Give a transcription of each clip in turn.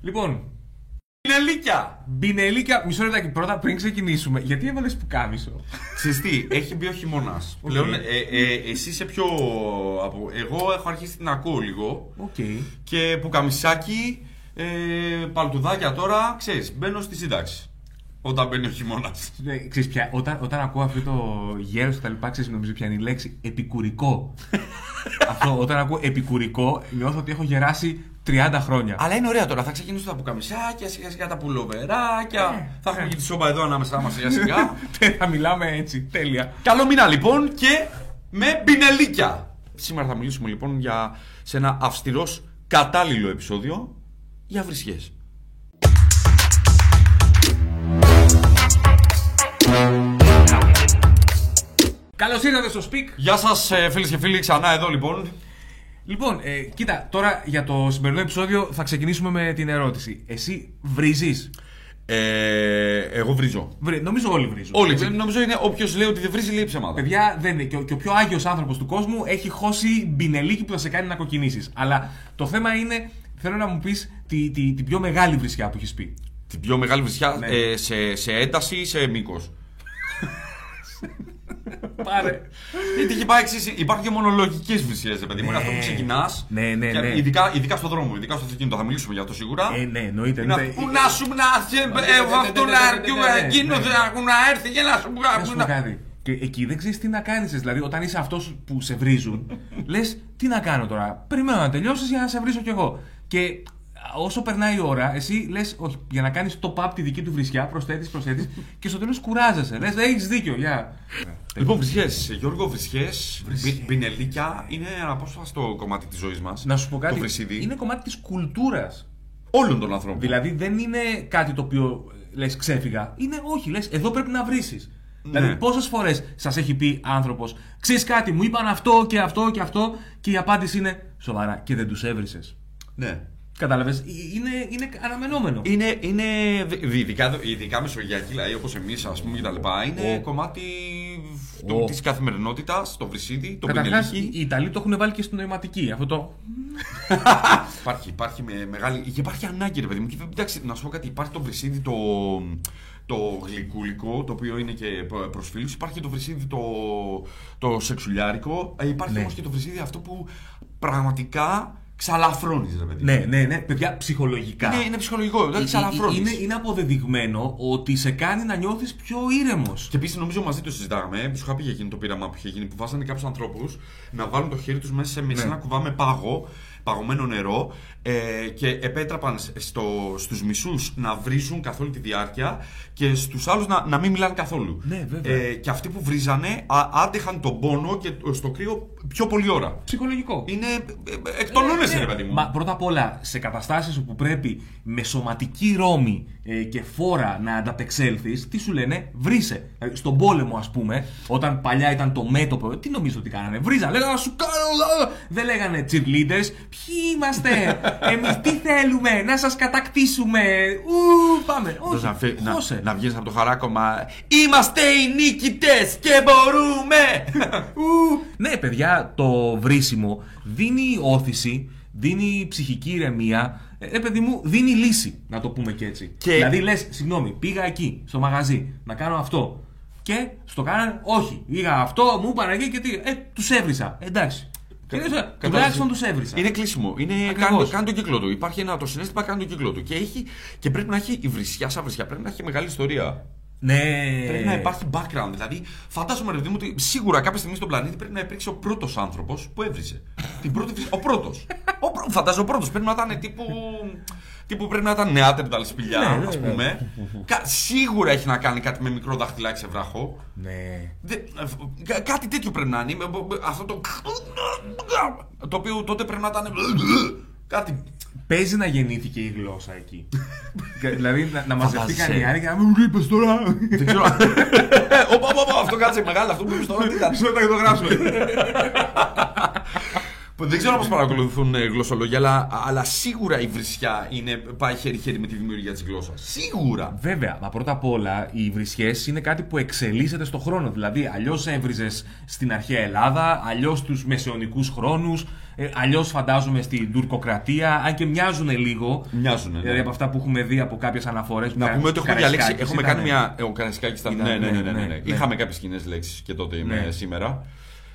Λοιπόν. Μπινελίκια! Μπινελίκια, μισό λεπτάκι πρώτα πριν ξεκινήσουμε. Γιατί έβαλες πουκάμισο. Ξέρεις τι, έχει μπει ο χειμώνας. Οκ. Πλέον ε, ε, εσύ είσαι πιο. Από... Εγώ έχω αρχίσει την ακούω λίγο. Οκ. Και που καμισάκι, ε, παλτουδάκια τώρα, ξέρεις, μπαίνω στη σύνταξη. Όταν μπαίνει ο χειμώνας. Ναι, ξέρεις πια, όταν, όταν ακούω αυτό το γέρος και τα λοιπά, ξέρεις, νομίζω ποια είναι η λέξη. Επικουρικό. αυτό, όταν ακούω επικουρικό, νιώθω ότι έχω γεράσει 30 χρόνια. Αλλά είναι ωραία τώρα. Θα ξεκινήσουν τα πουκαμισάκια, σιγά σιγά τα πουλοβεράκια. θα έχουμε και τη σόμπα εδώ ανάμεσά μας σιγά σιγά. Τε- Θα μιλάμε έτσι, τέλεια. Καλό μήνα λοιπόν και με μπινελίκια. Σήμερα θα μιλήσουμε λοιπόν για σε ένα αυστηρός κατάλληλο επεισόδιο για βρισιές. Καλώς ήρθατε στο Speak. Γεια σας ε, φίλες και φίλοι ξανά εδώ λοιπόν. Λοιπόν, ε, κοίτα, τώρα για το σημερινό επεισόδιο θα ξεκινήσουμε με την ερώτηση. Εσύ βρίζεις. Ε, εγώ βρίζω. Βρι- Νομίζω όλοι βρίζουν. Όλοι Έτσι. βρίζουν. Νομίζω είναι όποιος λέει ότι δεν βρίζει λέει ψέματα. Παιδιά, δεν είναι. Και ο, και ο πιο άγιος άνθρωπος του κόσμου έχει χώσει μπινελίκι που θα σε κάνει να κοκκινήσεις. Αλλά το θέμα είναι, θέλω να μου πεις τη, τη, την πιο μεγάλη βρισιά που έχεις πει. Την πιο μεγάλη βρισιά Ναι. ε, σε, σε ένταση ή σε μήκος. Πάρε. Γιατί έχει πάει εξής, Υπάρχουν και μονολογικές βρυσιέ, ρε παιδί μου. Είναι Ναι. αυτό που ξεκινάς. Ναι, ναι, ναι. Ειδικά, ειδικά στον δρόμο, ειδικά στο αυτοκίνητο. Θα μιλήσουμε για αυτό σιγουρά. ε, ναι, εννοείται. Είναι εννοείται. αυτό που να σου να σε ναι, ναι, αυτό ναι, να ναι, ναι, ναι, ναι, εκείνος ναι. να- να έρθει και να σου Να σου να- πω κάτι. Και εκεί δεν ξέρεις τι να κάνεις. Δηλαδή, όταν είσαι αυτός που σε βρίζουν, λες τι να κάνω τώρα. Περιμένω να τελειώσεις για να σε βρίσω κι εγώ. Και όσο περνάει η ώρα, εσύ λες, όχι, για να κάνεις το παπ τη δική του βρισιά, προσθέτεις, προσθέτεις και στο τέλος κουράζεσαι. Λες, έχεις δίκιο, γεια. Λοιπόν, βρισιές. Γιώργο, βρισιές, πινελίκια είναι ένα απόσπαστο κομμάτι της ζωής μας. Να σου πω Το κάτι. βρυσίδι. Είναι κομμάτι της κουλτούρας. Όλων των ανθρώπων. Δηλαδή δεν είναι κάτι το οποίο λες ξέφυγα. Είναι όχι, λες εδώ πρέπει να βρει. Ναι. Δηλαδή, πόσες φορές σας έχει πει άνθρωπος, ξέρεις κάτι, μου είπαν αυτό και αυτό και αυτό, και η απάντηση είναι σοβαρά και δεν τους έβρισες. Ναι. Κατάλαβε, Ε, είναι, είναι αναμενόμενο. Είναι, είναι δι- ειδικά, ειδικά μεσογειακοί δηλαδή, λαοί όπως εμείς, ας πούμε, και τα λοιπά, είναι Ο. κομμάτι Ο. της καθημερινότητας, το βρυσίδι, το Καταρχάς, οι πινελίκι. οι Ιταλοί το έχουν βάλει και στην νοηματική. Αυτό το. Υπάρχει, υπάρχει με μεγάλη. και Υπάρχει ανάγκη, ρε παιδί μου. Και, εντάξει, να σου πω κάτι, υπάρχει το βρυσίδι το, το γλυκούλικο, το οποίο είναι και προσφύλου. Υπάρχει και το βρυσίδι το, το σεξουλιάρικο. Ε, Υπάρχει Ναι. όμως και το βρυσίδι αυτό που πραγματικά ξαλαφρώνεις, ρε παιδί μου. Ναι, ναι, ναι, παιδιά, ψυχολογικά. Ε, Είναι, είναι ψυχολογικό, δηλαδή δεν ξαλαφρώνεις. είναι, είναι αποδεδειγμένο ότι σε κάνει να νιώθεις πιο ήρεμος. Και επίσης νομίζω μαζί το συζητάγαμε, που σου είχα πει για εκείνο το πείραμα που είχε γίνει, που βάζανε κάποιους ανθρώπους να βάλουν το χέρι τους μέσα σε, σε Ναι. ένα κουβά με πάγο, παγωμένο νερό ε, και επέτραπαν στο, στους μισούς να βρίζουν καθ' όλη τη διάρκεια και στους άλλους να, να μην μιλάνε καθόλου. Ναι, βέβαια. Ε, και αυτοί που βρίζανε α, άντεχαν τον πόνο και το- στο κρύο πιο πολλή ώρα. Ψυχολογικό. Είναι. ε, ε, Εκτονώνεσαι, ρε παιδί μου. ναι. Μα πρώτα απ' όλα, σε καταστάσεις όπου πρέπει με σωματική ρόμη ε, και φόρα να ανταπεξέλθεις, τι σου λένε, βρήσε. Δηλαδή, στον πόλεμο, ας πούμε, όταν παλιά ήταν το μέτωπο, τι νομίζω ότι κάνανε. Βρίζα, λέγανε να σου κάνω. λα». Δεν λέγανε cheerleaders. Ποιοι είμαστε, εμείς τι θέλουμε, να σας κατακτήσουμε. Ου, πάμε. Όχι, ε. Να, φε- να, χώσε. να βγεις από το χαράκωμα Είμαστε οι νικητές και μπορούμε Ου. Ναι, παιδιά, το βρίσιμο δίνει όθηση, δίνει ψυχική ηρεμία. Ε, Ρε παιδί μου, δίνει λύση, να το πούμε και έτσι. Και- Δηλαδή λες, συγγνώμη, πήγα εκεί, στο μαγαζί, να κάνω αυτό. Και στο κάνανε, όχι. Πήγα αυτό, μου είπαν εκεί και τι. Ε, τους έβρισα. Εντάξει. Και λες, ε, Τουλάχιστον τους έβρισα. Είναι κλείσιμο. Είναι Ακριβώς. κάνει, κάνει τον κύκλο του. Υπάρχει ένα το συνέστημα κάνει τον κύκλο του. Και, έχει, και πρέπει να έχει η βρισιά σαν βρισιά. Πρέπει να έχει μεγάλη ιστορία. Ναι. Πρέπει να υπάρχει background. Δηλαδή, φαντάζομαι, ρε παιδί μου, ότι σίγουρα κάποια στιγμή στον πλανήτη πρέπει να υπήρξε ο πρώτος άνθρωπος που έβριζε. Την πρώτη βρυσιά. Ο πρώτος. Ο πρω... Φαντάζομαι ο πρώτος. Πρέπει να ήταν τύπου. τύπου πρέπει να ήταν νεάτερνταλ σπηλιά, Ναι, ας ναι, πούμε. Κα- Σίγουρα έχει να κάνει κάτι με μικρό δαχτυλάκι σε βράχο. Ναι. Δε- ε, κα- κάτι τέτοιο πρέπει να είναι. με- με- Αυτό το. Το οποίο τότε πρέπει να ήταν. Κάτι. Παίζει να γεννήθηκε η γλώσσα εκεί. δηλαδή να, να μαζευτήκαν Φαντάζεσαι. οι άλλοι και να μην μου είπες τώρα. Δεν ξέρω. Ε, Όπα, όπα, όπα, αυτό κάτσε μεγάλο. Αυτό που είπες τώρα τι ήταν. Ξέρω να το γράψουμε. Δεν ξέρω πώς παρακολουθούν ε, γλωσσολόγια, αλλά, αλλά σίγουρα η βρισιά είναι, πάει χέρι-χέρι με τη δημιουργία της γλώσσας. Σίγουρα! Βέβαια, μα πρώτα απ' όλα οι βρισιές είναι κάτι που εξελίσσεται στον χρόνο. Δηλαδή, αλλιώς έβριζες στην αρχαία Ελλάδα, αλλιώς στου μεσαιωνικούς χρόνους, αλλιώ ε, φαντάζομαι στην τουρκοκρατία. Αν και μοιάζουν λίγο. Μοιάζουνε, ναι. Δηλαδή, από αυτά που έχουμε δει από κάποιες αναφορές. Να πούμε ότι έχουμε διαλέξει. Έχουμε κάνει μια. ε, Ο Καραϊσκάκης ήταν. Ήταν, Ναι, ναι, ναι, ναι, ναι, ναι. Είχαμε κάποιες κοινές λέξεις και τότε με Ναι. σήμερα.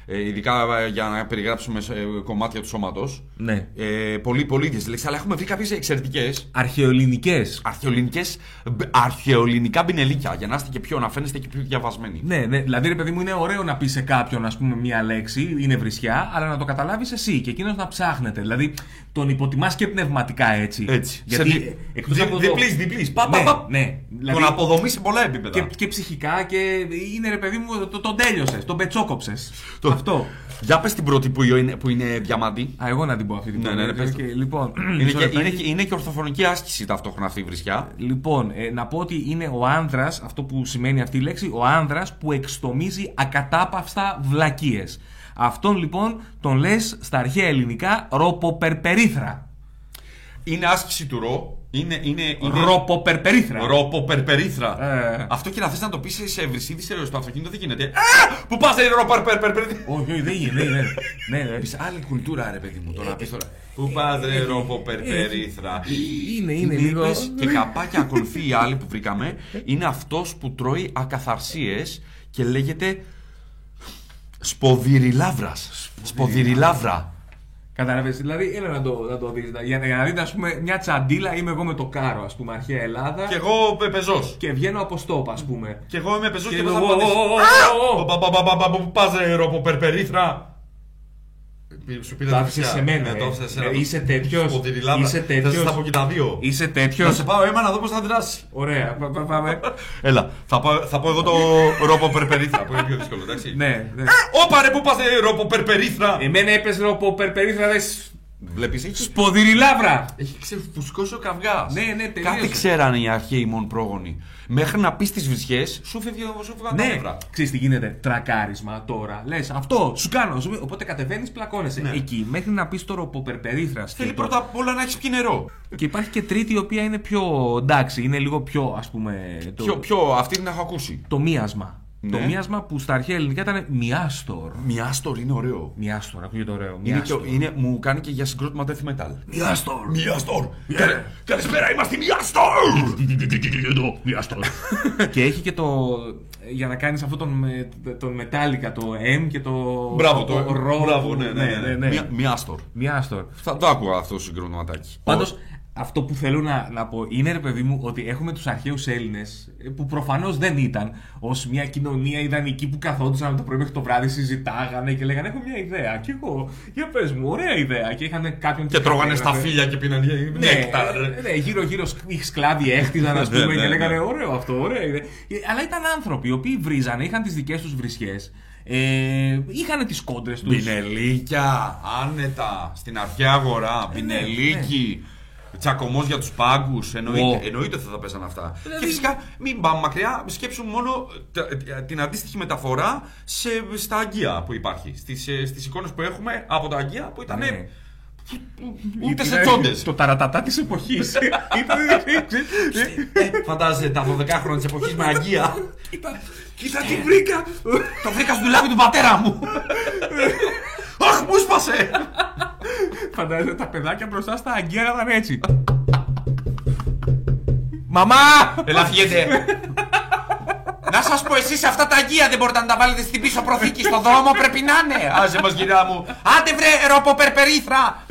Ε, ειδικά ε, για να περιγράψουμε ε, κομμάτια του σώματος. Ναι. Ε, πολύ, πολύ ίδιες λέξεις, αλλά έχουμε βρει κάποιες εξαιρετικές. Αρχαιοελληνικές Αρχαιολινικές, μπ- αρχαιολινικά μπινελίκια, για να είστε και πιο, να φαίνεστε και πιο διαβασμένοι. Ναι, ναι. Δηλαδή, ρε παιδί μου, είναι ωραίο να πεις σε κάποιον, ας πούμε, μία λέξη, είναι βρισιά, αλλά να το καταλάβεις εσύ και εκείνος να ψάχνεται. Δηλαδή, τον υποτιμάς και πνευματικά έτσι. Έτσι. Γιατί Σε δι- ε, εκτός δι- από το- διπλής, διπλής. Πα, πα, Ναι, πα. ναι. Δηλαδή, Τον αποδομείς σε πολλά επίπεδα. και, και ψυχικά και είναι ρε παιδί μου, το, τον τέλειωσες, τον πετσόκοψες. Το- Αυτό. Για πες την πρώτη που είναι, που είναι διαμάντη. Α, εγώ να την πω αυτή την Ναι, πρώτη, ναι, ναι, πες οκ. το. Λοιπόν, Είναι μισό και, λεπτάκι. είναι, και, είναι και ορθοφωνική άσκηση ταυτόχρονα αυτή η βρισιά. Λοιπόν, ε, να πω ότι είναι ο άνδρας, αυτό που σημαίνει αυτή η λέξη, ο άνδρας που εξτομίζει ακατάπαυστα βλακίες. Αυτόν λοιπόν τον λες στα αρχαία ελληνικά ροποπερπερίθρα. Είναι άσκηση του ρο. Είναι, είναι, είναι... Ροποπερπερίθρα. Ροποπερπερίθρα. Ε. Αυτό και να θες να το πεις σε βρυσίδι σε στο αυτοκίνητο δεν γίνεται. Α! Που πας δεν είναι ροποπερπερίθρα. Όχι, όχι, δεν γίνεται. δεν γίνεται. Ναι, ναι. Πεις άλλη κουλτούρα, ρε παιδί μου, το να πει τώρα. Που πας ρε ροποπερπερίθρα. Είναι, είναι Την λίγο. είπες ε, Και καπάκια ακολουθεί η άλλη που βρήκαμε. Είναι αυτός που τρώει ακαθαρσίες και λέγεται. Σποδηριλάβρα. Σποδηριλάβρα. Καταλαβες, δηλαδή, έλα να το, να το δεις, να- Για, να- για να δείτε, ας πούμε, μια τσαντίλα είμαι εγώ με το κάρο, ας πούμε, αρχαία Ελλάδα. Κι Και, εγώ πεζό. βγαίνω από στόπα, ας πούμε. Κι εγώ είμαι πεζός και Και πες να εγώ, ναι. πατήσεις. «Ω, ω, ω, ω, ω». Α! Πα, πα, πα, πα, Που πα ρε ροποπερπερίθρα. Σου πήρε Το τα άφησες αυτιά. σε μένα, Ναι, το ε. άφησα σε μένα. Ε, είσαι τέτοιος. Σποδηριλάβρα. Είσαι τέτοιος. Θα σα τα πω και τα δύο. Είσαι Θα τέτοιος. σε πάω αίμα να δω πώς θα δράσει. Ωραία, πα- πα- πάμε. Έλα, θα πάω, θα πω εγώ το ροποπερπερίθρα που είναι πιο δύσκολο, εντάξει. ναι, ναι. Ε, Όπα ρε, πού πας ε, ρε, ροποπερπερίθρα. Εμένα έπεσε από περπερίθρα δες Βλέπεις, έχεις, σποδηρή λάβρα. έχει ξεφουσκώσει ο καυγάς. Ναι, ναι, τελείωσε. Κάτι ξέρανε οι αρχαίοι μον πρόγονοι. Μέχρι να πεις τις βρισιέ, σου φεύγει ο σου φεύγαν τα Ναι, νεύρα. ξέρεις τι γίνεται. Τρακάρισμα τώρα. Λες αυτό, σου κάνω. Σου... Οπότε κατεβαίνεις, πλακώνεσαι. Εκεί, μέχρι να πεις τώρα από περπερίθρα. Ναι. Θέλει πρώτα απ' όλα να έχεις πιει νερό. Και υπάρχει και τρίτη η οποία είναι πιο εντάξει, είναι λίγο πιο ας πούμε. Το, Πιο, πιο, αυτή την έχω ακούσει. το μίασμα. Ναι. Το μίασμα που στα αρχαία ελληνικά ήταν μιάστορ. Μιάστορ είναι ωραίο. Μιάστορ, ακούγεται ωραίο. Είναι και, μιάστορ. είναι, μου κάνει και για συγκρότημα death metal. Μιάστορ. Μιάστορ! Καλη- Καλησπέρα, είμαστε οι Μιάστορ! και έχει και το. Για να κάνεις αυτό τον, με- τον Metallica, το M και το. Μπράβο, το ρο. Μπράβο, ναι, ναι, ναι. ναι. Μια- Μιάστορ. Μιάστορ. Θα το άκουγα αυτό το συγκροτηματάκι. Πάντως, αυτό που θέλω να, να πω είναι, ρε παιδί μου, ότι έχουμε τους αρχαίους Έλληνες ε, που προφανώς δεν ήταν ως μια κοινωνία ιδανική που καθόντουσαν από το πρωί μέχρι το βράδυ, συζητάγανε και λέγανε Έχω μια ιδέα. Και εγώ, για πες μου, ωραία ιδέα. Και είχαν κάποιον. Και τρώγανε στα κατέγραφε. φύλλα και πίναν Ναι, νέκταρ. ε, ναι, γύρω-γύρω σκ- οι σκλάβοι έχτιζαν, ας Ναι, ναι, πούμε, ναι. και λέγανε ωραίο αυτό, ωραίο. είναι». Ε, Αλλά ήταν άνθρωποι οι οποίοι βρίζανε, είχαν τις δικές τους βρισιές. Ε, είχαν τις κόντρες τους. Πινελίκια, άνετα, στην αρχαία αγορά, πινελίκι, τσακωμός για τους πάγκους. Εννοείται, Ω. εννοείται ότι θα τα παίζαν αυτά. Και φυσικά μην πάμε μακριά, σκέψουμε μόνο τα- τα- την αντίστοιχη μεταφορά σε, στα αγγεία που υπάρχει. Στις στις εικόνες που έχουμε από τα αγγεία που ήταν. Ναι. Ούτε σε τσόντες. Το ταρατατά της εποχής. Ε, Φαντάζεσαι τα 12 χρόνια της εποχής με αγγεία. Κοίτα τι βρήκα! Το βρήκα στο δουλάπι του πατέρα μου. Αχ, μου σπάσε! Φαντάζεσαι τα παιδάκια μπροστά στα αγκαία να ήταν έτσι. Μαμά! Έλα, φύγετε. να σας πω εσείς αυτά τα αγεία δεν μπορείτε να τα βάλετε στην πίσω προθήκη. Στον δρόμο πρέπει να είναι. Άσε μας, γυρά μου. Άντε βρε, ροποπερπερίθρα.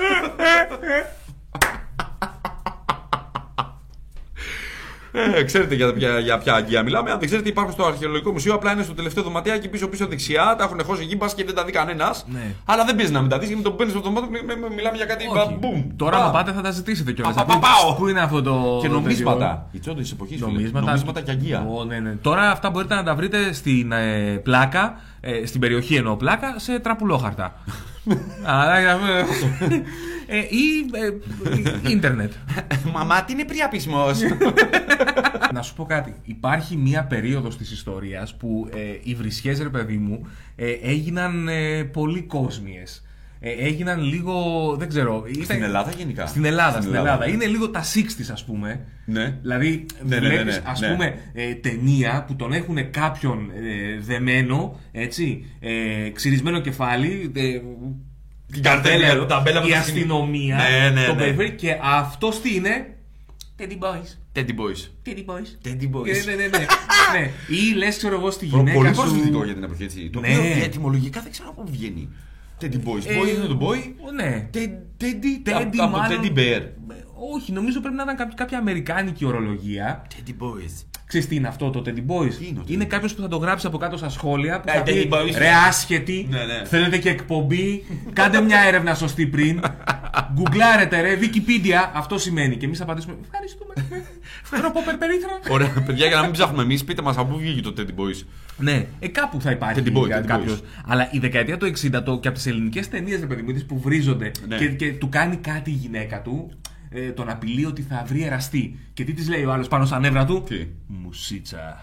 Ε, ξέρετε για, για, για ποια αγγεία μιλάμε. Αν δεν ξέρετε, υπάρχουν στο αρχαιολογικό μουσείο. Απλά είναι στο τελευταίο δωματιάκι πίσω-πίσω δεξιά. Τα έχουν χώσει εκεί, μπας και δεν τα δει κανένας. Ναι. Αλλά δεν παίζει να μην τα δεις, γιατί με το που παίρνεις στο δωμάτιο μι- μι- μιλάμε για κάτι. μπαμπούμ. Τώρα Πα. να πάτε θα τα ζητήσετε κιόλας. Πα, πα, πάω. Πού είναι αυτό το. Και το τέτοιο? νομίσματα. Η τσόντα της εποχής. Νομίσματα, νομίσματα και αγγεία. Ω, ναι, ναι. Τώρα αυτά μπορείτε να τα βρείτε στην ε, πλάκα, ε, στην περιοχή εννοώ πλάκα, σε τραπουλόχαρτα. Άρα, ε, ε, ή ε, ε, ίντερνετ. Μαμά, τι είναι πριαπισμό. να σου πω κάτι. Υπάρχει μία περίοδος της ιστορίας που ε, οι βρισιές, ρε παιδί μου, ε, έγιναν ε, πολύ κόσμιες. ε, έγιναν λίγο. Δεν ξέρω. Στην Ελλάδα γενικά. Στην Ελλάδα, στην, Στην Ελλάδα. Ελλάδα. Είναι λίγο τα 60s, ας πούμε. Ναι. Δηλαδή, Ναι, ναι, ναι, βλέπεις, ναι, ας ναι. πούμε, ε, ταινία που τον έχουν κάποιον ε, δεμένο, έτσι, ε, ξυρισμένο κεφάλι, ε, Την καρτέλα, ταμπέλα, τα μπέλα με η το αστυνομία, Ναι, ναι, τον ναι. περιφέρει και αυτός τι είναι, Teddy Boys. Teddy Boys. Teddy Boys. Teddy Boys. Και Ναι, ναι, ναι. ναι. Ή λες, ξέρω εγώ, στη Προ- Πολύ γυναίκα προσβλητικό σου... για την εποχή έτσι. Το Ναι. οποίο και ετυμολογικά δεν ξέρω από πού βγαίνει. Teddy Boys. Ε, Boy είναι το boy. Ναι. Ted- Ε, Teddy. Teddy, από- Από το μάλλον. Teddy Bear. Ε, Όχι, νομίζω πρέπει να ήταν κάποια, κάποια αμερικάνικη ορολογία. Teddy Boys. Ξέρεις τι είναι αυτό το Teddy Boys. Τι είναι ο Teddy Boys? κάποιος που θα το γράψει από κάτω στα σχόλια. Που Ε, θα πει, Teddy Boys. Ρε άσχετη, Ναι, ναι. θέλετε και εκπομπή. Κάντε μια έρευνα σωστή πριν. Γκουγκλάρετε ρε, Wikipedia. Αυτό σημαίνει. Και εμείς θα απαντήσουμε. Ευχαριστούμε. Θέλω από περπερίθρα. Ωραία, παιδιά, για να μην ψάχνουμε εμείς, πείτε μας από πού βγήκε το Teddy Boys. Ναι, ε, κάπου θα υπάρχει Teddy Boy, κα- Teddy κάποιος. Boys. Αλλά η δεκαετία του 60 το, και από τις ελληνικές ταινίες, ρε παιδί μου, τις που βρίζονται Ναι. και, και του κάνει κάτι η γυναίκα του, ε, τον απειλεί ότι θα βρει εραστή. Και τι της λέει ο άλλος πάνω στα νεύρα του. Τι? Μουσίτσα.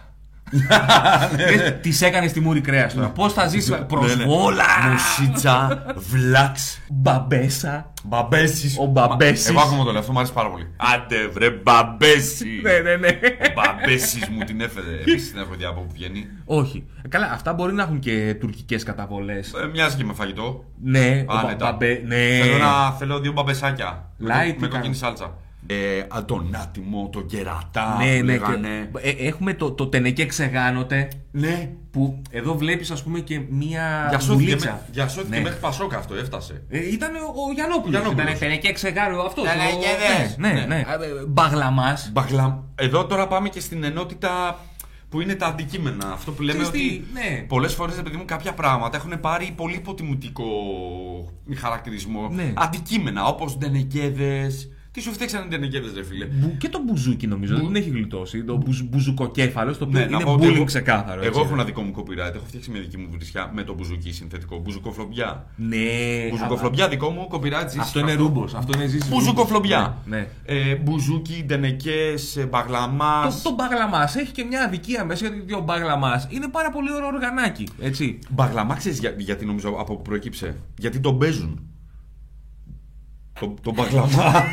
τη έκανες τη μούρη κρέας τώρα. Πώς θα Ναι, ζήσει. Προσβόλα! Μουσίτσα, βλάξ, Μπαμπέσα. μπαμπέσι. Ο Μπαμπέσης. Εγώ ακόμα το λέω, αυτό μου αρέσει πάρα πολύ. Άντε, βρε, μπαμπέσι. Ναι, ναι, ναι. Ο μπαμπέσι μου την έφερε. Επίσης την έχω δει από που βγαίνει. Όχι. Ε, Καλά, αυτά μπορεί να έχουν και τουρκικές καταβολές. Ε, Μοιάζει και με φαγητό. Ναι, ο Άνετα. Μπα- Μπαμπέ. Ναι. Θέλω, να, θέλω δύο μπαμπεσάκια. Με Light κο- τι με κάνουμε. κόκκινη σάλτσα. Ε, α, τον άτιμο, τον κερατά. Ναι, ναι, λέγανε. και- ε, έχουμε το, το τενεκέ ξεγάνωτε. Ναι. Που εδώ βλέπεις, ας πούμε, και μία. Διασώθηκε, δουλίτσα. με- διασώθηκε Ναι. μέχρι Πασόκα αυτό, έφτασε. Ε, ήταν ο Γιανόπουλο. Γιαννόπουλος. Ήταν ε, φαινεκέ ξεγάρο αυτός. Τα λαγιαδές. Ναι, ναι. Ναι. ναι. Μπαγλαμά. Μπαγλα... Εδώ τώρα πάμε και στην ενότητα που είναι τα αντικείμενα. Αυτό που λέμε Ξέρεις τι, ότι ναι. πολλές φορές, επειδή μου κάποια πράγματα έχουν πάρει πολύ υποτιμητικό χαρακτηρισμό. Ναι. Αντικείμενα, όπως ντενεκέδες. Τι σου φτιάξανε οι ντενεκέδες, ρε φίλε. Και το μπουζούκι νομίζω. Δεν έχει γλιτώσει. Το μπουζ, μπουζουκοκέφαλος. Το οποίο Ναι, να είναι πω ότι bullying εγώ- ξεκάθαρο. Εγώ έτσι. έχω ένα δικό μου copyright. Έχω φτιάξει μια δική μου βρισιά με το μπουζουκί συνθετικό. Μπουζουκοφλομπιά. Ναι. Μπουζουκοφλομπιά δικό μου copyright. ζήτησε Αυτό είναι ρούμπος. Αυτό είναι ζήτηση. Μπουζουκοφλομπιά. Ναι. ναι. Ε, μπουζούκι, ε, ντενεκέ, μπαγλαμάς. Το, το μπαγλαμάς έχει και μια αδικία μέσα γιατί ο μπαγλαμάς είναι πάρα πολύ ωραίο οργανάκι. Έτσι. Μπαγλαμά, ξέρεις για, γιατί νομίζω από που προέκυψε. Γιατί τον παίζουν. Το, το μπαγλαμά.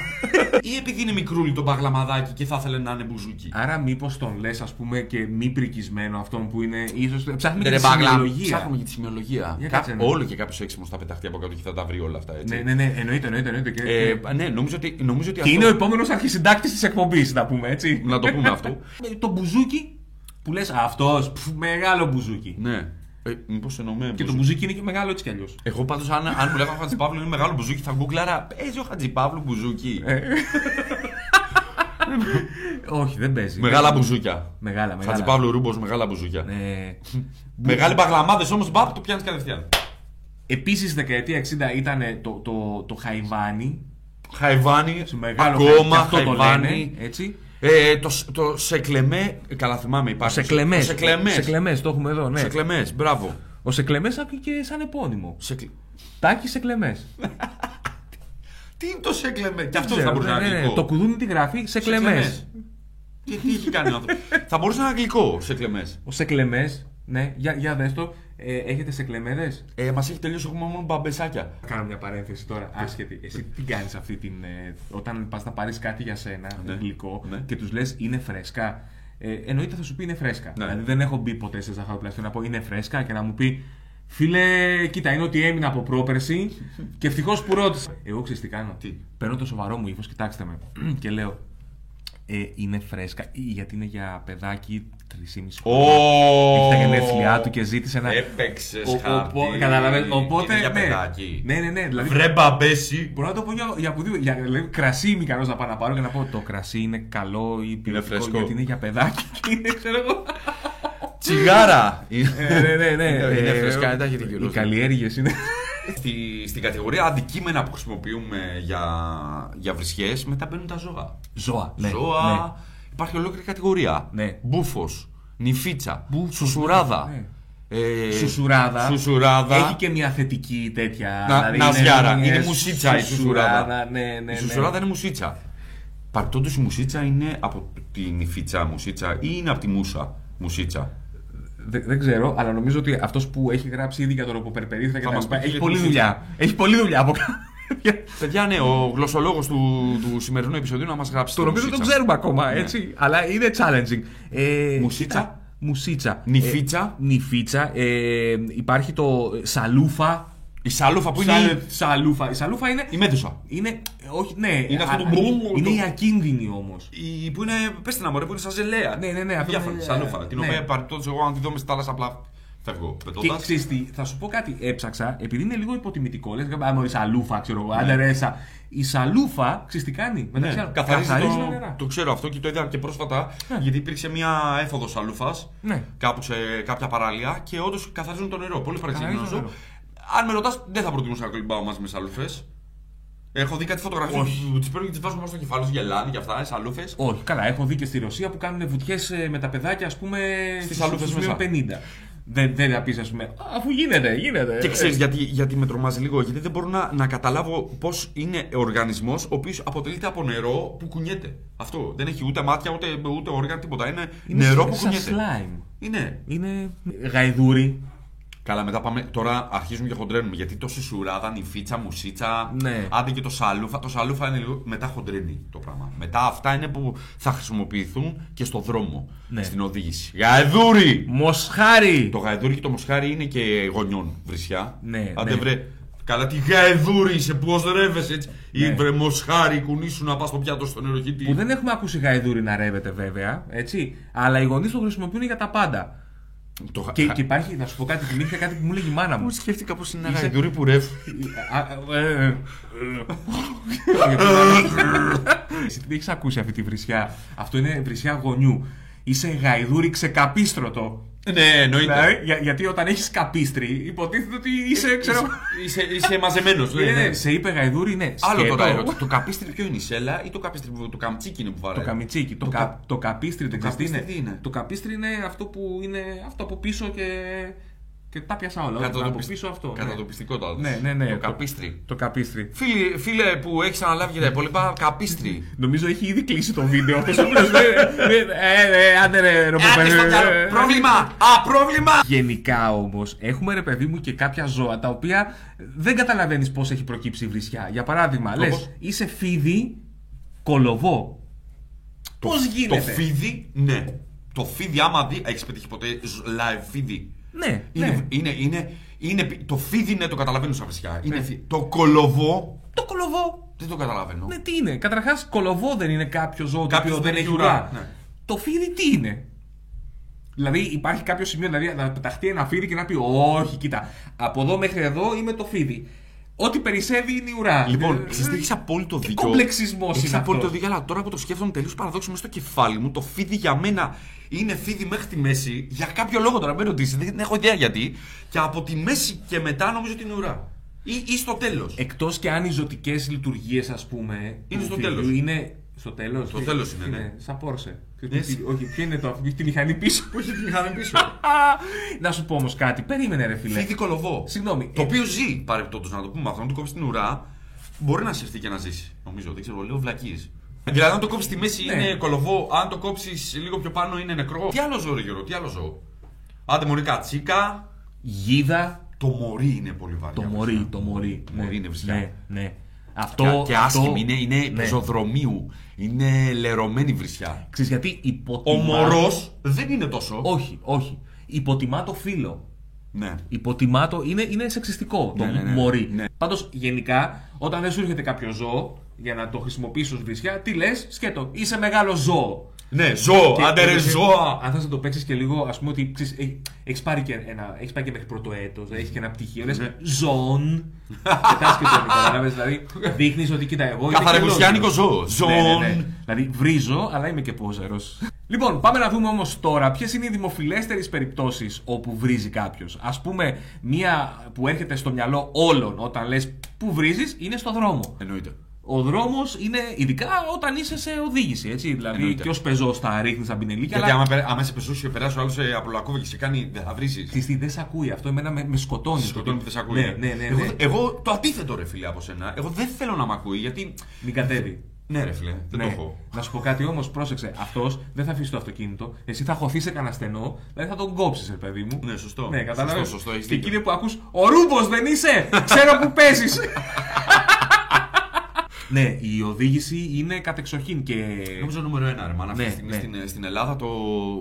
Ή επειδή είναι μικρούλι το μπαγλαμαδάκι και θα ήθελε να είναι μπουζούκι. Άρα, μήπως τον λες, ας πούμε, και μη πρικισμένο αυτόν που είναι ίσως. Ψάχνουμε και Ρε τη μπαγλα- συνολογία. Ψάχνουμε για τη σημειολογία. Για Κά- κάτσε, ναι. Όλο και κάποιος έξιμος θα πεταχτεί από κάτω και θα τα βρει όλα αυτά. Έτσι. Ναι, ναι, ναι, εννοείται, εννοείται. εννοείται. Και, Ε, ναι, νομίζω ότι. Νομίζω και ότι αυτό- είναι ο επόμενος αρχισυντάκτης της εκπομπής, να πούμε έτσι. Να το πούμε αυτό. Ε, το μπουζούκι που λες αυτό, μεγάλο μπουζούκι. ναι. Ε, Μήπως εννοούμε. Και το μπουζούκι. μπουζούκι είναι και μεγάλο έτσι κι αλλιώς. Εγώ πάντως, αν, αν μου λέγανε ο Χατζηπαύλου είναι μεγάλο μπουζούκι, θα γκούκλαρα. Παίζει ο Χατζηπαύλου μπουζούκι. Ε, Όχι, δεν παίζει. ναι. Μεγάλα Ναι. μπουζούκια. Μεγάλα, μεγάλα. Χατζηπαύλου ρούμπος, μεγάλα μπουζούκια. Ε, Μεγάλοι μπαγλαμάδες όμως, μπαπ, το πιάνεις κατευθείαν. Επίσης, στη δεκαετία 60 ήταν το, το, το χαϊβάνι. Χαϊβάνι, Μεγάλο ακόμα χα- και αυτό το λένε. χαϊβάνι. Έτσι. Ε, το, σ- το σεκλεμέ. Καλά, θυμάμαι, Ο υπάρχει. Σεκλεμέ. Το Σεκλεμές. το έχουμε εδώ, ναι. Σεκλεμές, μπράβο. Ο Σεκλεμές και σαν επώνυμο. Σεκλε- Τάκι Σεκλεμές. Τι είναι το σεκλεμέ, και αυτός Ξέρω, Ε, θα μπορούσε να ναι, είναι ναι, αγγλικό. Το κουδούνι τη γράφει σε κλεμέ. Σεκλεμές. Και τι έχει κάνει ο άνθρωπος. θα μπορούσε να είναι αγγλικό σεκλεμές. Ο σε κλεμέ, ναι, για, για δες το. Ε, έχετε σε κλεμέδε. Ε, Μας έχει τελειώσει, έχουμε μόνο μπαμπεσάκια. Κάνω μια παρένθεση τώρα, Ναι. άσχετη. Εσύ τι κάνεις αυτή την. ε, όταν πας να πάρεις κάτι για σένα, Ναι. γλυκό, Ναι. και τους λες είναι φρέσκα. Ε, εννοείται θα σου πει είναι φρέσκα. Ναι. Δηλαδή δεν έχω μπει ποτέ σε ζαχαροπλαστή να πω είναι φρέσκα και να μου πει Φίλε, κοίτα, είναι ότι έμεινα από πρόπερση και ευτυχώς που ρώτησα. Εγώ ξέρεις τι κάνω. Τι? Παίρνω το σοβαρό μου ύφος, κοιτάξτε με. και λέω ε, Είναι φρέσκα, ή γιατί είναι για παιδάκι 3,5 χρόνια. Ω! Είχε τα γενέθλιά του και ζήτησε ένα. Έπαιξες. Ο- οπο- καταλαβαίνεις, Οπότε. Είναι για ναι. παιδάκι. Ναι, ναι, ναι. Δηλαδή, Βρε μπαμπέσι. Μπορώ να το πω για, για, που, για δηλαδή, κρασί είμαι ικανός να πάω να πάρω και να πω το κρασί είναι καλό ή ποιοτικό φρέσκο. γιατί είναι για παιδάκι και είναι ξέρω εγώ. Τσιγάρα. Ε, ναι, ναι, ναι. Είναι Ε, φρεσκά, δεν τα ναι. έχει δικαιολογήσει. Οι καλλιέργειες είναι. Στη, στην κατηγορία αντικείμενα που χρησιμοποιούμε για, για βρισιές, μετά μπαίνουν τα ζώα. ναι, Ζώα. ζώα. Υπάρχει ολόκληρη κατηγορία. Ναι. Μπούφος, νυφίτσα, Μπούφος, σουσουράδα. ναι. Ε, Σουσουράδα. σουσουράδα. Έχει και μια θετική τέτοια. Να- δηλαδή ναζιάρα. Είναι μουσίτσα η σουσουράδα. Ναι, ναι, ναι. Η σουσουράδα είναι μουσίτσα. Παρτόντω η μουσίτσα είναι από τη νυφίτσα μουσίτσα ή είναι από τη μουσα μουσίτσα. δεν, δεν ξέρω, αλλά νομίζω ότι αυτός που έχει γράψει ήδη για το ροποπερπερίθρα και Θα τα μας λοιπά, πει έχει και πολλή τι δουλειά. Έχει πολλή δουλειά από κάτω. Παιδιά, ναι, ο γλωσσολόγος του, του σημερινού επεισοδίου να μας γράψει. Το τη νομίζω το μουσίτσα. ξέρουμε ακόμα, Ναι. έτσι. Αλλά είναι challenging. Ε, Μουσίτσα. κοίτα, Μουσίτσα. Νυφίτσα. Ε, νυφίτσα. Ε, υπάρχει το σαλούφα. Η σάλουφα που είναι. Σα- η- Σαλούφα. Η σαλούφα είναι. Η μέδουσα. Είναι. ε, Όχι, ναι. Είναι αυτό το α- μπρούμ, Είναι το- η ακίνδυνη όμως. Η, που είναι, πες την αμορφή που είναι σαν ζελέα. Ναι, ναι, ναι, αυτό Διάφορα. είναι- σαλούφα. Την ναι. οποία παρεμπιπτόντω εγώ, αν τη δω μες στη θάλασσα, απλά φεύγω Και πετώντα. ξέρεις τι, θα σου πω κάτι. Έψαξα, επειδή είναι λίγο υποτιμητικό. Λες, άμα η σαλούφα, ξέρω εγώ. Ναι. Άντε ρε, σα- Η σαλούφα, ξέρεις τι κάνει. μεταξύ άλλων, Καθαρίζει καθαρίζει τα το, νερά. το ξέρω αυτό και το είδα και πρόσφατα. Γιατί υπήρξε μια έφοδος αλούφα Ναι. κάπου σε κάποια παράλια και όντως καθαρίζουν το νερό. Πολύ Καθαρίζουν παρεξηγημένο το νερό. Αν με ρωτάς, δεν θα προτιμούσα να κολυμπάω μαζί με σαλούφες. Έχω δει κάτι φωτογραφίες που τις παίρνω και τις βάζω μέσα στο κεφάλι του γελάνε και αυτά, σαλούφες. Όχι, καλά, έχω δει και στη Ρωσία που κάνουν βουτιέ με τα παιδάκια, ας πούμε, Στις στους- αλούφες στους μέσα. 50. Δεν, δεν θα πεις, ας πούμε, «Α, αφού γίνεται, γίνεται. Ε, Και ξέρεις γιατί, γιατί με τρομάζει λίγο, γιατί δεν μπορώ να, να καταλάβω πώς είναι οργανισμός ο οποίος αποτελείται από νερό που κουνιέται. Αυτό. Δεν έχει ούτε μάτια, ούτε, ούτε όργανα, τίποτα. Είναι, Είναι νερό σαν- που σαν κουνιέται. slime. Είναι. Είναι γαϊδούρι. Καλά, μετά πάμε. Τώρα αρχίζουμε και χοντρένουμε. Γιατί τόση σουράδα, νυφίτσα, μουσίτσα. Ναι. Άντε και το σαλούφα. Το σαλούφα είναι λίγο. Μετά χοντρένει το πράγμα. Μετά αυτά είναι που θα χρησιμοποιηθούν και στο δρόμο. Ναι. Στην οδήγηση. Γαϊδούρι! Μοσχάρι! Το γαϊδούρι και το μοσχάρι είναι και γονιών βρισιά. Ναι, Άντε ναι. βρε. Καλά, τι γαϊδούρι είσαι, πώ ρεύεσαι έτσι. Ή Ναι. βρε μοσχάρι, κουνήσου να πας στο πιάτο στο νερό. γιατί- Που δεν έχουμε ακούσει γαϊδούρι να ρεύεται βέβαια, έτσι. Αλλά οι γονείς το χρησιμοποιούν για τα πάντα. Το γα- Και, και υπάρχει, να σου πω κάτι, θυμήθηκα κάτι που μου λέγει η μάνα μου. Πού σκέφτηκα πως είναι ένα γαϊδούρι που ρεύει. Α, ε, ε, ε. Εσύ την έχει ακούσει αυτή τη βρισιά. Αυτό είναι βρισιά γονιού. Είσαι γαϊδούρι ξεκαπίστρωτο. Ναι, εννοείται. Δηλαδή, για- γιατί όταν έχεις καπίστρι, υποτίθεται ότι Ε, είσαι, ξέρω. Είσαι, είσαι, είσαι μαζεμένος. Ναι, ναι, σε είπε γαϊδούρι, ναι. ε, Άλλο σκέτο. τώρα ερώτημα. Το καπίστρι ποιο είναι, η σέλα ή το καπίστρι που το καμτσίκι είναι που Το βαράει. καμιτσίκι. Το, Το κα- κα- το καπίστρι, δεν ξέρεις τι καπίστρι είναι. τι είναι? Το καπίστρι είναι αυτό που είναι αυτό από πίσω και. Και τα πιάσα όλα. Κατά το από πισ- πίσω αυτό. ναι. Κατατοπιστικό το Ναι, ναι, ναι. Το καπίστρι. Το καπίστρι. Φίλε, φίλε που έχεις αναλάβει για τα υπόλοιπα, καπίστρι. Νομίζω έχει ήδη κλείσει το βίντεο αυτός. Ε, ε, άντε ρε, ρε, Άντε στο ρε, μυαλό. ρε. Πρόβλημα! Α, πρόβλημα! Γενικά όμως, έχουμε ρε παιδί μου και κάποια ζώα τα οποία δεν καταλαβαίνεις πώς έχει προκύψει η βρισιά. Για παράδειγμα, λες, Όπως? είσαι φίδι κολοβό. Πώ γίνεται. Το φίδι, ναι. Το φίδι, άμα δει. Έχεις πετύχει ποτέ ζ- live φίδι. Ναι, Είναι, ναι. είναι, είναι, είναι, το φίδι, ναι, το καταλαβαίνω σαν φυσικά. Ναι. Είναι φι- Το κολοβό, Το κολοβό. δεν το καταλαβαίνω. Ναι, τι είναι. Καταρχάς, κολοβό δεν είναι κάποιο ζώο το Κάποιος οποίο δεν δεν έχει έχει ουρά. ουρά. Ναι. Το φίδι τι είναι. Δηλαδή, υπάρχει κάποιο σημείο δηλαδή, να πεταχτεί ένα φίδι και να πει Όχι, κοίτα, από εδώ μέχρι εδώ είμαι το φίδι. Ό,τι περισσεύει είναι η ουρά. Λοιπόν, Ε, ξέρεις έχει απόλυτο δίκιο. κομπλεξισμός Έχεις είναι απόλυτο αυτός. δίκιο, αλλά τώρα που το σκέφτομαι τελείως παραδόξω μέσα στο κεφάλι μου, το φίδι για μένα είναι φίδι μέχρι τη μέση. Για κάποιο λόγο τώρα με ρωτήσεις, δεν έχω ιδέα γιατί. Και από τη μέση και μετά νομίζω ότι είναι ουρά. Ή, ή στο τέλος. Εκτός ε, και αν οι ζωτικές λειτουργίες, ας πούμε. Είναι του στο φιδιού τέλος. Είναι στο τέλος. Στο τέλος είναι, ναι. Σαν Πόρσε. Έτσι. Όχι, ποιο είναι το. Έχει τη μηχανή Ε, πίσω. Που έχει την χάμε πίσω. Να σου πω όμως κάτι. Περίμενε, ρε φίλε. φίδι κολοβό. Ναι. Συγγνώμη. Το Ε, οποίο ζει παρεπτόντω, να το πούμε αυτό, να του κόψεις την ουρά, μπορεί να σκεφτεί και να ζήσει. Νομίζω, δεν ξέρω, λέω βλακίες. Δηλαδή, αν το κόψεις στη μέση Ναι. είναι κολοβό, αν το κόψεις λίγο πιο πάνω είναι νεκρό. Τι άλλο ζώο, ρε Γιώργο, τι άλλο ζώο. Άντε, μωρή κατσίκα. Γίδα. Το μωρί είναι πολύ βαριά. Το βρισιά. μωρί. Το μωρί. Μωρί Ναι, είναι βρισιά. Ναι, ναι. Αυτό. Και, και αυτό- άσχημη είναι, είναι ναι. πεζοδρομίου. Είναι λερωμένη βρισιά. Ξέρεις γιατί υποτιμά. Ο μωρός δεν είναι τόσο. Όχι, όχι. Υποτιμά το φίλο. Ναι. Υποτιμά το. Είναι, είναι σεξιστικό το Ναι, ναι, ναι. μωρί. Ναι. Πάντως, γενικά, όταν δεν σου έρχεται κάποιο ζώο για να το χρησιμοποιήσεις ως βρισιά, τι λες, σκέτο. Είσαι μεγάλο ζώο. Ναι, ζώο, Και- άντε ρε και- ζώα. Αν θες το παίξεις και λίγο, ας πούμε ότι έχεις πάρει και ένα. Έχεις πάρει και μέχρι πρώτο έτος, έχεις και ένα πτυχίο. Λες Ναι. ζών. Κοιτά και τον καταλάβεις. Δηλαδή δείχνεις ότι κοίτα εγώ. είμαι Καθαραγουσιάνικο κελός. ζώο. Ναι, ναι, ναι. Ζώων. Δηλαδή βρίζω, αλλά είμαι και πόζερο. Λοιπόν, πάμε να δούμε όμως τώρα ποιες είναι οι δημοφιλέστερες περιπτώσεις όπου βρίζει κάποιος. Ας πούμε, μία που έρχεται στο μυαλό όλων όταν λες που βρίζεις είναι στο δρόμο. Εννοείται. Ο δρόμος είναι ειδικά όταν είσαι σε οδήγηση. Έτσι, δηλαδή, Εννοείται. και ω πεζός θα ρίχνεις τα μπινελίκια. Γιατί αλλά άμα, πε- άμα σε πεσούσε και περάσει ο άλλος από λακκούβι και σε κάνει, δεν θα βρει. ξέρεις τι, δεν σε ακούει. Αυτό εμένα με, με σκοτώνει. Σκοτώνει που δεν σε ακούει. Ναι, ναι, ναι. ναι. Εγώ, εγώ το αντίθετο ρε φίλε από σένα. Εγώ δεν θέλω να με ακούει γιατί Μην κατέβει. Ναι, ρε φίλε, δεν το Ναι. έχω. Να σου πω κάτι όμως, πρόσεξε. Αυτός δεν θα αφήσει το αυτοκίνητο. Εσύ θα χωθεί σε κανένα στενό, δηλαδή θα τον κόψεις, ρε παιδί μου. Ναι, σωστό. Ναι, κατάλαβες. Σωστό, σωστό, έχεις Και δίκιο. εκεί που ακούς, ο Ρούμπος δεν είσαι! Ξέρω που παίζεις! ναι, η οδήγηση είναι κατεξοχήν και. Νομίζω νούμερο ένα, ρε μάνα. Ναι, αυτή τη στιγμή ναι. στην, στην Ελλάδα το,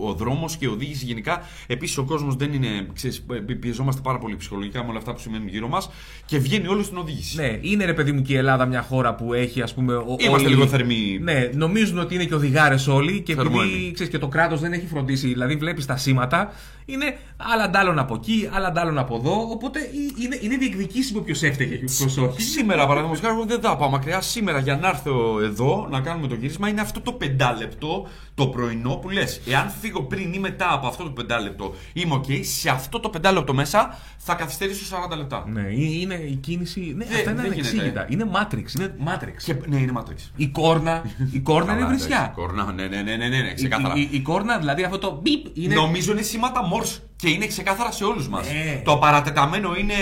ο δρόμος και η οδήγηση γενικά. Επίσης ο κόσμος δεν είναι. Ξέρεις, πι- πιεζόμαστε πάρα πολύ ψυχολογικά με όλα αυτά που σημαίνουν γύρω μας και βγαίνει όλο στην οδήγηση. Ναι, είναι ρε παιδί μου και η Ελλάδα μια χώρα που έχει ας πούμε. Ο, Είμαστε όλοι- λίγο θερμοί. Ναι, νομίζουν ότι είναι και οδηγάρες όλοι και επειδή Θερμόαιμοι. ξέρεις, και το κράτος δεν έχει φροντίσει, δηλαδή βλέπεις τα σήματα, είναι άλλα ντάλλον από εκεί, άλλα ντάλλον από εδώ. Οπότε ε, είναι, είναι διεκδικήσιμο ποιος έφταιγε και ποιος όχι. Σήμερα, παραδείγματος χάρη, εγώ δεν θα πάω μακριά. Σήμερα για να έρθω εδώ να κάνουμε το γύρισμα είναι αυτό το πεντάλεπτο το πρωινό που λες. Εάν φύγω πριν ή μετά από αυτό το πεντάλεπτο είμαι οκ, σε αυτό το πεντάλεπτο μέσα θα καθυστερήσω 40 λεπτά. Ναι, ε, είναι η κίνηση. Ναι, αυτά είναι δεν γίνεται. ε. ανεξήγητα. Είναι Matrix. Είναι Matrix. Και, ναι, είναι μάτρεξ. Η κόρνα, η κόρνα είναι βρισιά. Κορνά, ναι, ναι, ναι, ναι, ναι, ναι, Η, ξεκάθαρα. η- η κόρνα, δηλαδή αυτό το μπιπ είναι. Νομίζω είναι σήματα Morse και είναι ξεκάθαρα σε όλους μας. Ναι. Το παρατεταμένο είναι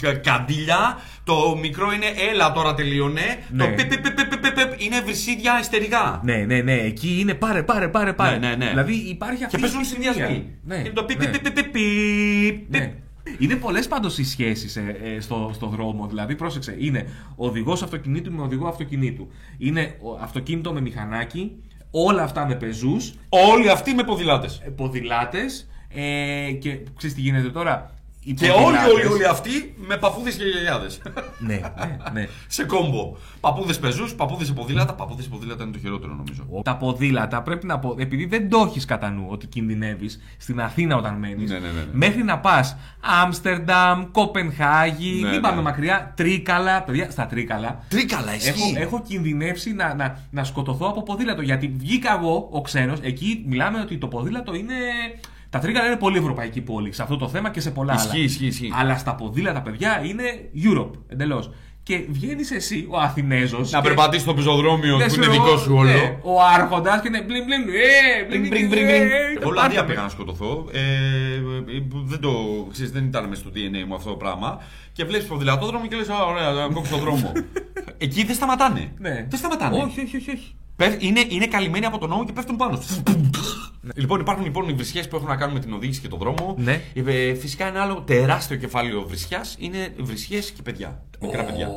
κα- καντήλια, το μικρό είναι έλα τώρα τελείωνε, Ναι. το πιπ, πιπ, πιπ, πιπ, πιπ, πιπ, είναι βρυσίδια αιστερικά. Ναι, ναι, ναι, εκεί είναι πάρε, πάρε, πάρε. πάρε. Ναι, ναι, ναι. Δηλαδή υπάρχει αυτή Και η παίζουν επιθυμία. συνδυασμοί. Ναι, Είναι το πιπ, ναι. πιπ, πιπ, πιπ, πιπ, πιπ. Ναι. Είναι πολλές πάντως οι σχέσεις ε, ε, στο, στο δρόμο. Δηλαδή, πρόσεξε, είναι οδηγός αυτοκινήτου με οδηγό αυτοκινήτου. Είναι ο- αυτοκίνητο με μηχανάκι, όλα αυτά με πεζούς, Όλοι αυτοί με ποδηλάτες. ποδηλάτες. Ε, και ξέρεις τι γίνεται τώρα. οι Και όλοι, ποδηλάτες- όλοι, όλοι αυτοί με παππούδες και γιαγιάδες. Ναι, ναι, ναι. σε κόμπο. Παππούδες πεζούς, παππούδες σε ποδήλατα. Παππούδες σε ποδήλατα είναι το χειρότερο νομίζω. Τα ποδήλατα πρέπει να πω, επειδή δεν το έχεις κατά νου ότι κινδυνεύεις στην Αθήνα όταν μένεις. Ναι, ναι, ναι, ναι. Μέχρι να πας Άμστερνταμ, Κοπενχάγη, Ναι, μην πάμε ναι. μακριά, Τρίκαλα. Παιδιά, στα Τρίκαλα. Τρίκαλα, ισχύει. Έχω, έχω κινδυνεύσει να, να, να σκοτωθώ από ποδήλατο. Γιατί βγήκα εγώ, ο ξένος, εκεί μιλάμε ότι το ποδήλατο είναι. Τα Τρίκαλα είναι πολύ ευρωπαϊκή πόλη σε αυτό το θέμα και σε πολλά Ισχύει, άλλα. ισχύει, ισχύει. Αλλά στα ποδήλατα, παιδιά, είναι Europe εντελώς. Και βγαίνεις εσύ, ο Αθηνέζος. Να περπατήσεις στο πεζοδρόμιο Ναι, που είναι ξέρω δικό εγώ, σου όλο. ναι, ο άρχοντας και είναι μπλιν μπλιν. Ε, μπλιν μπλιν μπλιν. ε, Εγώ Ολλανδία πήγα να σκοτωθώ. Ε, ε, δεν, το, ξέρεις, δεν ήταν μέσα στο DNA μου αυτό το πράγμα. Και βλέπεις ποδηλατόδρομο και λες: Ωραία, να κόψω τον δρόμο. Εκεί δεν σταματάνε. Ναι. Δεν σταματάνε. Όχι, όχι, όχι. όχι. Πέφ- Είναι, είναι καλυμμένοι από τον νόμο και πέφτουν πάνω τους. λοιπόν, υπάρχουν λοιπόν οι βρυσιέ που έχουν να κάνουν με την οδήγηση και τον δρόμο. Ναι. Ε, φυσικά ένα άλλο τεράστιο κεφάλαιο βρυσιά είναι βρυσιέ και παιδιά. Μικρά παιδιά.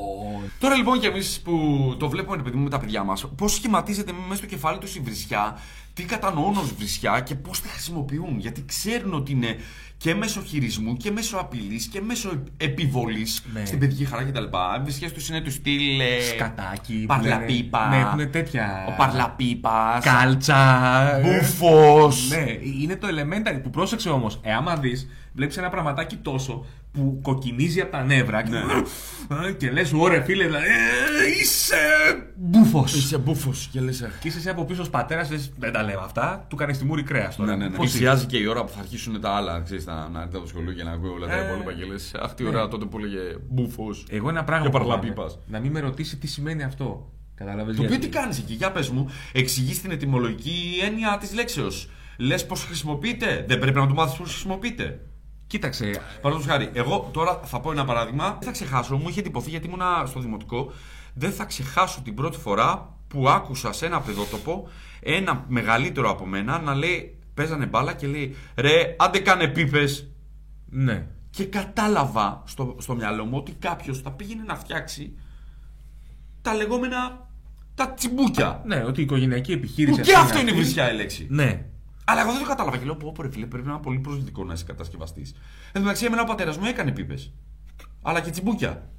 Τώρα λοιπόν και εμείς που το βλέπουμε ρε παιδί μου με τα παιδιά μας, πώς σχηματίζεται μέσα στο κεφάλι τους η βρισιά, τι κατανοούν ως βρισιά και πώς τη χρησιμοποιούν. Γιατί ξέρουν ότι είναι και μέσω χειρισμού και μέσω απειλής και μέσω επιβολής Ναι. στην παιδική χαρά κτλ. Βρισιέ τους είναι τους στυλ. ε, Σκατάκι. που Παρλαπίπα. λένε. Ναι, έχουν τέτοια. Ο παρλαπίπας. Κάλτσα. Μπουφο. Ναι, είναι το elementary που πρόσεξε όμως. Ε, άμα δεις, βλέπεις ένα πραγματάκι τόσο που κοκκινίζει από τα νεύρα και, Ναι. και λες, ωραία φίλε, δηλαδή, ε, είσαι μπουφο. Είσαι μπουφο και λες. Και ε, είσαι εσύ από πίσω πατέρα, δεν τα λέμε αυτά. Του κάνει τη μούρη κρέας τώρα. Ναι, ναι, ναι. Πώς είσαι? Πλησιάζει και η ώρα που θα αρχίσουν τα άλλα. Ξέρεις, να, να έρθει από το σχολείο και να ακούει όλα τα Ε, ναι. υπόλοιπα και λες. Αχ, τι ωραία τότε που έλεγε μπουφο. Εγώ ένα πράγμα. Για που παραλαπή φοβάμαι. πας. Να μην με ρωτήσει τι σημαίνει αυτό. Κατάλαβε. Το οποίο τι κάνεις εκεί, για πες μου, εξηγείς την ετυμολογική έννοια της λέξεως. Λες πώ χρησιμοποιείται, δεν πρέπει να το μάθεις πώ χρησιμοποιείται. Κοίταξε. Παραδείγματος χάρη, εγώ τώρα θα πω ένα παράδειγμα. Δεν θα ξεχάσω, μου είχε τυπωθεί γιατί ήμουνα στο δημοτικό. Δεν θα ξεχάσω την πρώτη φορά που άκουσα σε ένα παιδότοπο ένα μεγαλύτερο από μένα να λέει παίζανε μπάλα και λέει ρε άντε κάνε πίπες Ναι. και κατάλαβα στο, στο μυαλό μου ότι κάποιος θα πήγαινε να φτιάξει τα λεγόμενα τα τσιμπούκια. Ναι, ότι η οικογενειακή επιχείρηση. Που ας και πούμε, αυτό είναι αυτή- βρισιά η λέξη. Ναι. Αλλά εγώ δεν το κατάλαβα και λέω: Πω, πω, ρε φίλε, πρέπει να είναι πολύ προσβλητικό να είσαι κατασκευαστής. Εν τω μεταξύ, εμένα ο πατέρας μου έκανε πίπες. Αλλά και τσιμπούκια.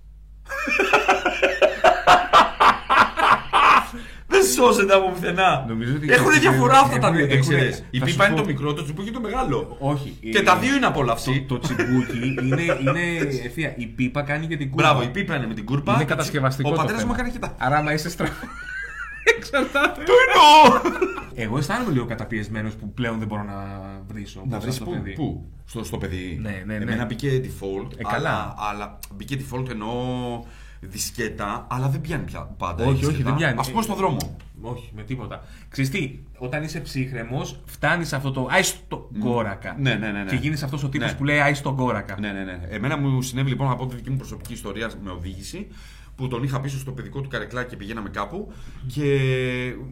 δεν σώζεται από πουθενά. Νομίζω ότι- Έχουν διαφορά αυτά τα δύο. Έχουνε- έχουνε. Έχουνε. ε, Η Θα σου πίπα είναι πω- το μικρό, το τσιμπούκι είναι το μεγάλο. Όχι. Και Ε, τα δύο είναι Το, απόλαυση. το τσιμπούκι είναι, είναι ευθεία. Η πίπα κάνει και την κούρπα. Μπράβο, η πίπα είναι με την Είναι κούρπα. το τσι- κατασκευαστικό. Ο το πατέρας μου θέμα. έκανε και τα. Άρα, άμα είσαι στραφό. Εξαρτάται. Το εννοώ! Εγώ αισθάνομαι λίγο καταπιεσμένος που πλέον δεν μπορώ να βρίσω. Να όπως βρει αυτό το πού, παιδί. πού. Στο, στο παιδί. Ναι, ναι, ναι. Εμένα μπήκε default. Ε, καλά. Αλλά, αλλά μπήκε default ενώ δισκέτα, αλλά δεν πιάνει πια πάντα. Όχι, η δισκέτα. όχι, δεν πιάνει. Ας πούμε στον δρόμο. Όχι, με τίποτα. Ξέρεις τι, όταν είσαι ψύχρεμος, φτάνεις σε αυτό το. Άι στον κόρακα. Ναι, ναι, ναι, ναι. Και γίνεις αυτός ο τύπος Ναι. που λέει Άι στον κόρακα. Ναι, ναι, ναι. Εμένα μου συνέβη λοιπόν από τη δική μου προσωπική ιστορία με οδήγηση που τον είχα πίσω στο παιδικό του καρεκλάκι και πηγαίναμε κάπου και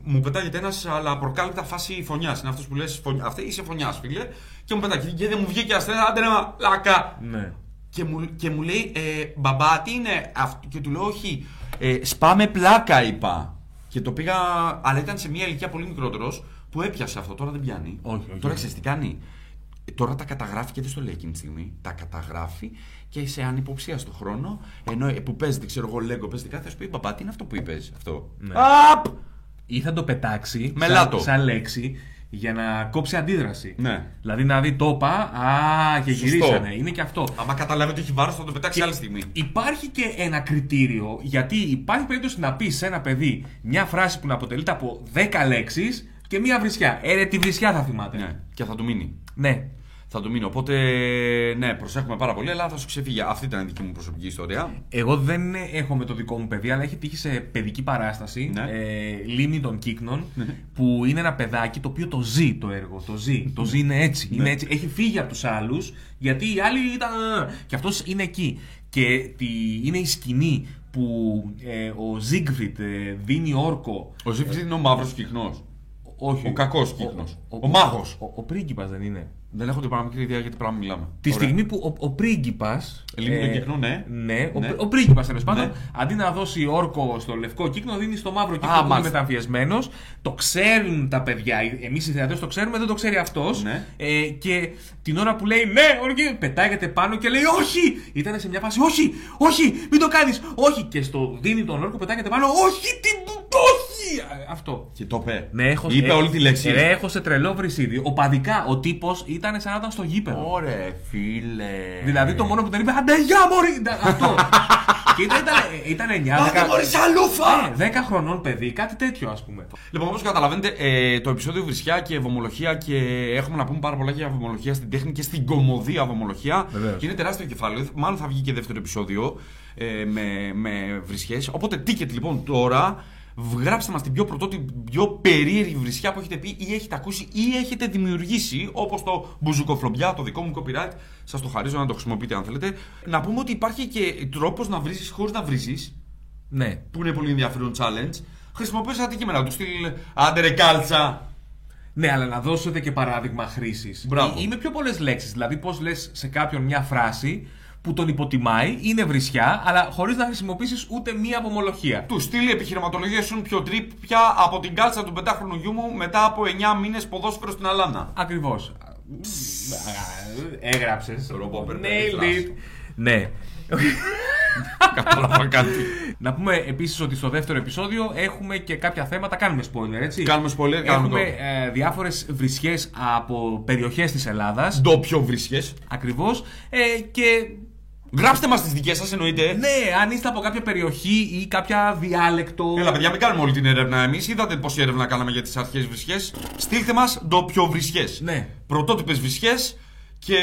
μου πετάγεται ένας, αλλά προκάλεπτα φάση φωνιάς. Είναι αυτός που λες: Αυτή είσαι φωνιάς, φίλε. Και μου πετάγεται και δεν μου βγήκε ασθένα, άντε ρε, λάκα. Ναι. Και μου, και μου λέει, ε, μπαμπά, τι είναι αυτό. Και του λέω, όχι, ε, σπάμε πλάκα, είπα. Και το πήγα, αλλά ήταν σε μια ηλικία πολύ μικρότερος που έπιασε αυτό. Τώρα δεν πιάνει. Όχι, όχι. Τώρα ξέρεις τι κάνει. Ε, Τώρα τα καταγράφει και δεν στο λέει εκείνη τη στιγμή. Τα καταγράφει και σε ανυποψία στο χρόνο. Ενώ ε, που παίζεται, ξέρω εγώ, λέγκο, παίζεται κάτι, θα σου πει μπαμπά, τι είναι αυτό που είπες αυτό. Ναι. Απ! Ή θα το πετάξει Μελάτο. σαν, σαν λέξη για να κόψει αντίδραση. Ναι. Δηλαδή να δει το είπα, α, και Σωστό. γυρίσανε. Είναι και αυτό. Άμα καταλάβει ότι έχει βάρος, θα το πετάξει άλλη στιγμή. Υπάρχει και ένα κριτήριο, γιατί υπάρχει περίπτωση να πεις σε ένα παιδί μια φράση που να αποτελείται από 10 λέξεις και μια βρισιά. Ε, ρε, τη βρισιά θα θυμάται. Ναι, και θα του μείνει. Ναι. Θα του μείνει. Οπότε, ναι, προσέχουμε πάρα πολύ, αλλά θα σου ξεφύγει. Αυτή ήταν η δική μου προσωπική ιστορία. Εγώ δεν έχω με το δικό μου παιδί, αλλά έχει τύχει σε παιδική παράσταση, Ναι. ε, Λίμνη των Κύκνων, που είναι ένα παιδάκι το οποίο το ζει το έργο. Το ζει. Το ζει είναι έτσι. Ναι. Είναι έτσι. Έχει φύγει από τους άλλους, γιατί οι άλλοι ήταν. Και αυτός είναι εκεί. Και τη, είναι η σκηνή που ε, ο Ζίγκφριτ ε, δίνει όρκο. Ο Ζήφτη είναι ο μαύρος κυκνό. Όχι. Ο κακός κύκνος. Ο μάγος. Ο, ο πρίγκιπας δεν είναι. Δεν έχω την παραμικρή ιδέα γιατί πράγμα μιλάμε. Τη Ωραία. στιγμή που ο, ο πρίγκιπας. Λίμνη των Κυκνών, ναι. ναι. Ο, Ναι. πρι- ο πρίγκιπας τέλος πάντων, Ναι. αντί να δώσει όρκο στο λευκό κύκνο, δίνει στο μαύρο κύκνο Α, που είναι μάλιστα. μεταμφιεσμένος. Το ξέρουν τα παιδιά. Εμείς οι θεατές το ξέρουμε, δεν το ξέρει αυτός. Ναι. Ε, και την ώρα που λέει ναι, οργή, πετάγεται πάνω και λέει όχι! Ήταν σε μια φάση, όχι, όχι, μην το κάνεις, όχι! Και στο δίνει τον όρκο, πετάγεται πάνω, όχι, τι μου το όχι! Α, Αυτό. Και το είπε. Ναι, έχω, Είπε ε, όλη τη λέξη. Ρε, έχω σε τρελό βρυσίδι. Οπαδικά, ο τύπος ήταν σαν να ήταν στο γήπεδο. Ωραία, φίλε. Δηλαδή το μόνο που δεν είπε Αντε γεια μωρή! Ήταν Αυτό. και ήταν, ήταν, Άντε, μωρή, σαλούφα! 9, 10, 10 Ε, χρονών παιδί, κάτι τέτοιο ας πούμε. Λοιπόν, όπως καταλαβαίνετε, ε, το επεισόδιο βρισιά και βομολογία και έχουμε να πούμε πάρα πολλά για βομολογία στην τέχνη και στην κομμωδία βομολογία. Βεβαίως. Είναι τεράστιο κεφάλαιο. Μάλλον θα βγει και δεύτερο επεισόδιο ε, με, με βρισιές. Οπότε, ticket λοιπόν τώρα. Γράψτε μας την πιο πρωτότυπη, την πιο περίεργη βρισιά που έχετε πει ή έχετε ακούσει ή έχετε δημιουργήσει, όπως το μπουζουκοφλομπιά, το δικό μου copyright. Σας το χαρίζω να το χρησιμοποιείτε αν θέλετε. Να πούμε ότι υπάρχει και τρόπος να βρει χωρίς να βρει Ναι. που είναι πολύ ενδιαφέρον challenge, χρησιμοποιήσα αντικείμενα του στυλ άντε ρε κάλτσα. Ναι, αλλά να δώσετε και παράδειγμα χρήσης. Μπράβο. Είμαι πιο πολλές λέξεις. Δηλαδή, πώς λες σε κάποιον μια φράση που τον υποτιμάει, είναι βρισιά, αλλά χωρίς να χρησιμοποιήσεις ούτε μία απομολοχία. Του στυλ επιχειρηματολογίας σου πιο τρίπ πια από την κάλτσα του πεντάχρονου γιού μου μετά από 9 μήνες ποδόσφαιρο στην Αλάνα. Ακριβώς. Έγραψε. Robocop, Nailed perfect. it. Ναι. Κατάλαβα κάτι. Να πούμε επίσης ότι στο δεύτερο επεισόδιο έχουμε και κάποια θέματα. Κάνουμε spoiler, έτσι. Κάνουμε spoiler, Έχουμε κάνουμε ε, διάφορες βρισιές από περιοχές της Ελλάδας. το. Το πιο βρίσκε. Ακριβώς. Ε, και Γράψτε μας τις δικές σας εννοείται. ναι, αν είστε από κάποια περιοχή ή κάποια διάλεκτο. Έλα, παιδιά, μην κάνουμε όλη την έρευνα εμείς. Είδατε πόση έρευνα κάναμε για τις αρχές βρισιέ. Στείλτε μας το πιο βρισιέ. Ναι. Πρωτότυπες βρισιέ και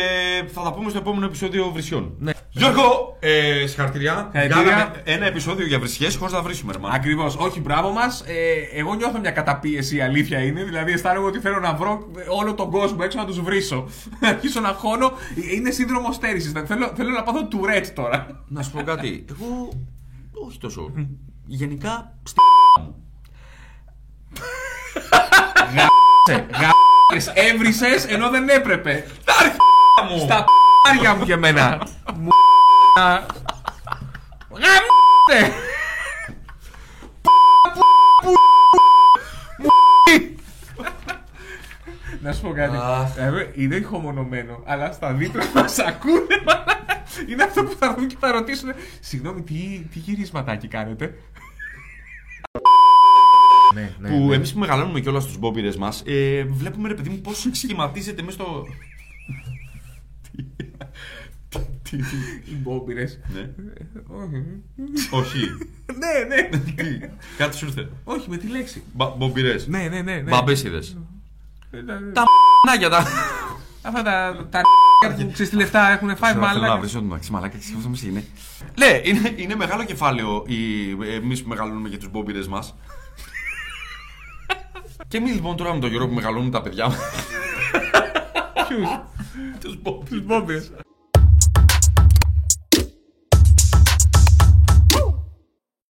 θα τα πούμε στο επόμενο επεισόδιο βρισιών. Ναι. Γιώργο, ε, συγχαρητήρια. Συγχαρητήρια. Κάναμε ένα επεισόδιο για βρισιέ χωρίς να βρίσουμε, ρε μάνα. Ακριβώς. Όχι, μπράβο μας. Ε, εγώ νιώθω μια καταπίεση, η αλήθεια είναι. Δηλαδή, αισθάνομαι ότι θέλω να βρω ε, όλο τον κόσμο έξω να τους βρίσω. Να αρχίσω να χώνω. Είναι σύνδρομο στέρησης. Θέλω, θέλω να πάθω τουρέτ τώρα. Να σου πω κάτι. Εγώ. Όχι τόσο. Γενικά. Έβρισες ενώ δεν έπρεπε. μου. Στα π***αρια μου και εμένα. Μου α. Γαμ***τε. Να σου πω κάτι. Αχ. Ε, Είναι χωμονωμένο, αλλά στα δίπλα μας ακούνε. Είναι αυτό που θα δουν και θα ρωτήσουν. Συγγνώμη, τι, τι γυρισματάκι κάνετε. ναι, ναι, Που εμείς που μεγαλώνουμε κιόλας στου μπόμπιρε μας, ε, βλέπουμε ρε παιδί μου πώς σχηματίζεται μέσα στο. Τι, τι, οι μπόμπυρες. Ε, Ναι. Όχι. Όχι. Ναι, ναι. Τι. Κάτι σου ήρθε. Όχι, με τη λέξη. Μπομπιρέ. Ναι, ναι, ναι. ναι. Μπαμπέσιδες. Ε, ναι, ναι. Τα μ***νάκια τα. Αυτά τα τα που ξέρεις τι λεφτά έχουν φάει Θέλω να μάλλον. βρίσω τον Μαξί Μαλάκα και σκέφτομαι τι είναι. Ναι, είναι, είναι μεγάλο κεφάλαιο εμείς που μεγαλώνουμε για τους μπόμπιρε μας. και εμείς λοιπόν τώρα με τον Γιώργο που μεγαλώνουμε τα παιδιά μας. Ποιους. τους μπόμπιρε. Του μπόμπε.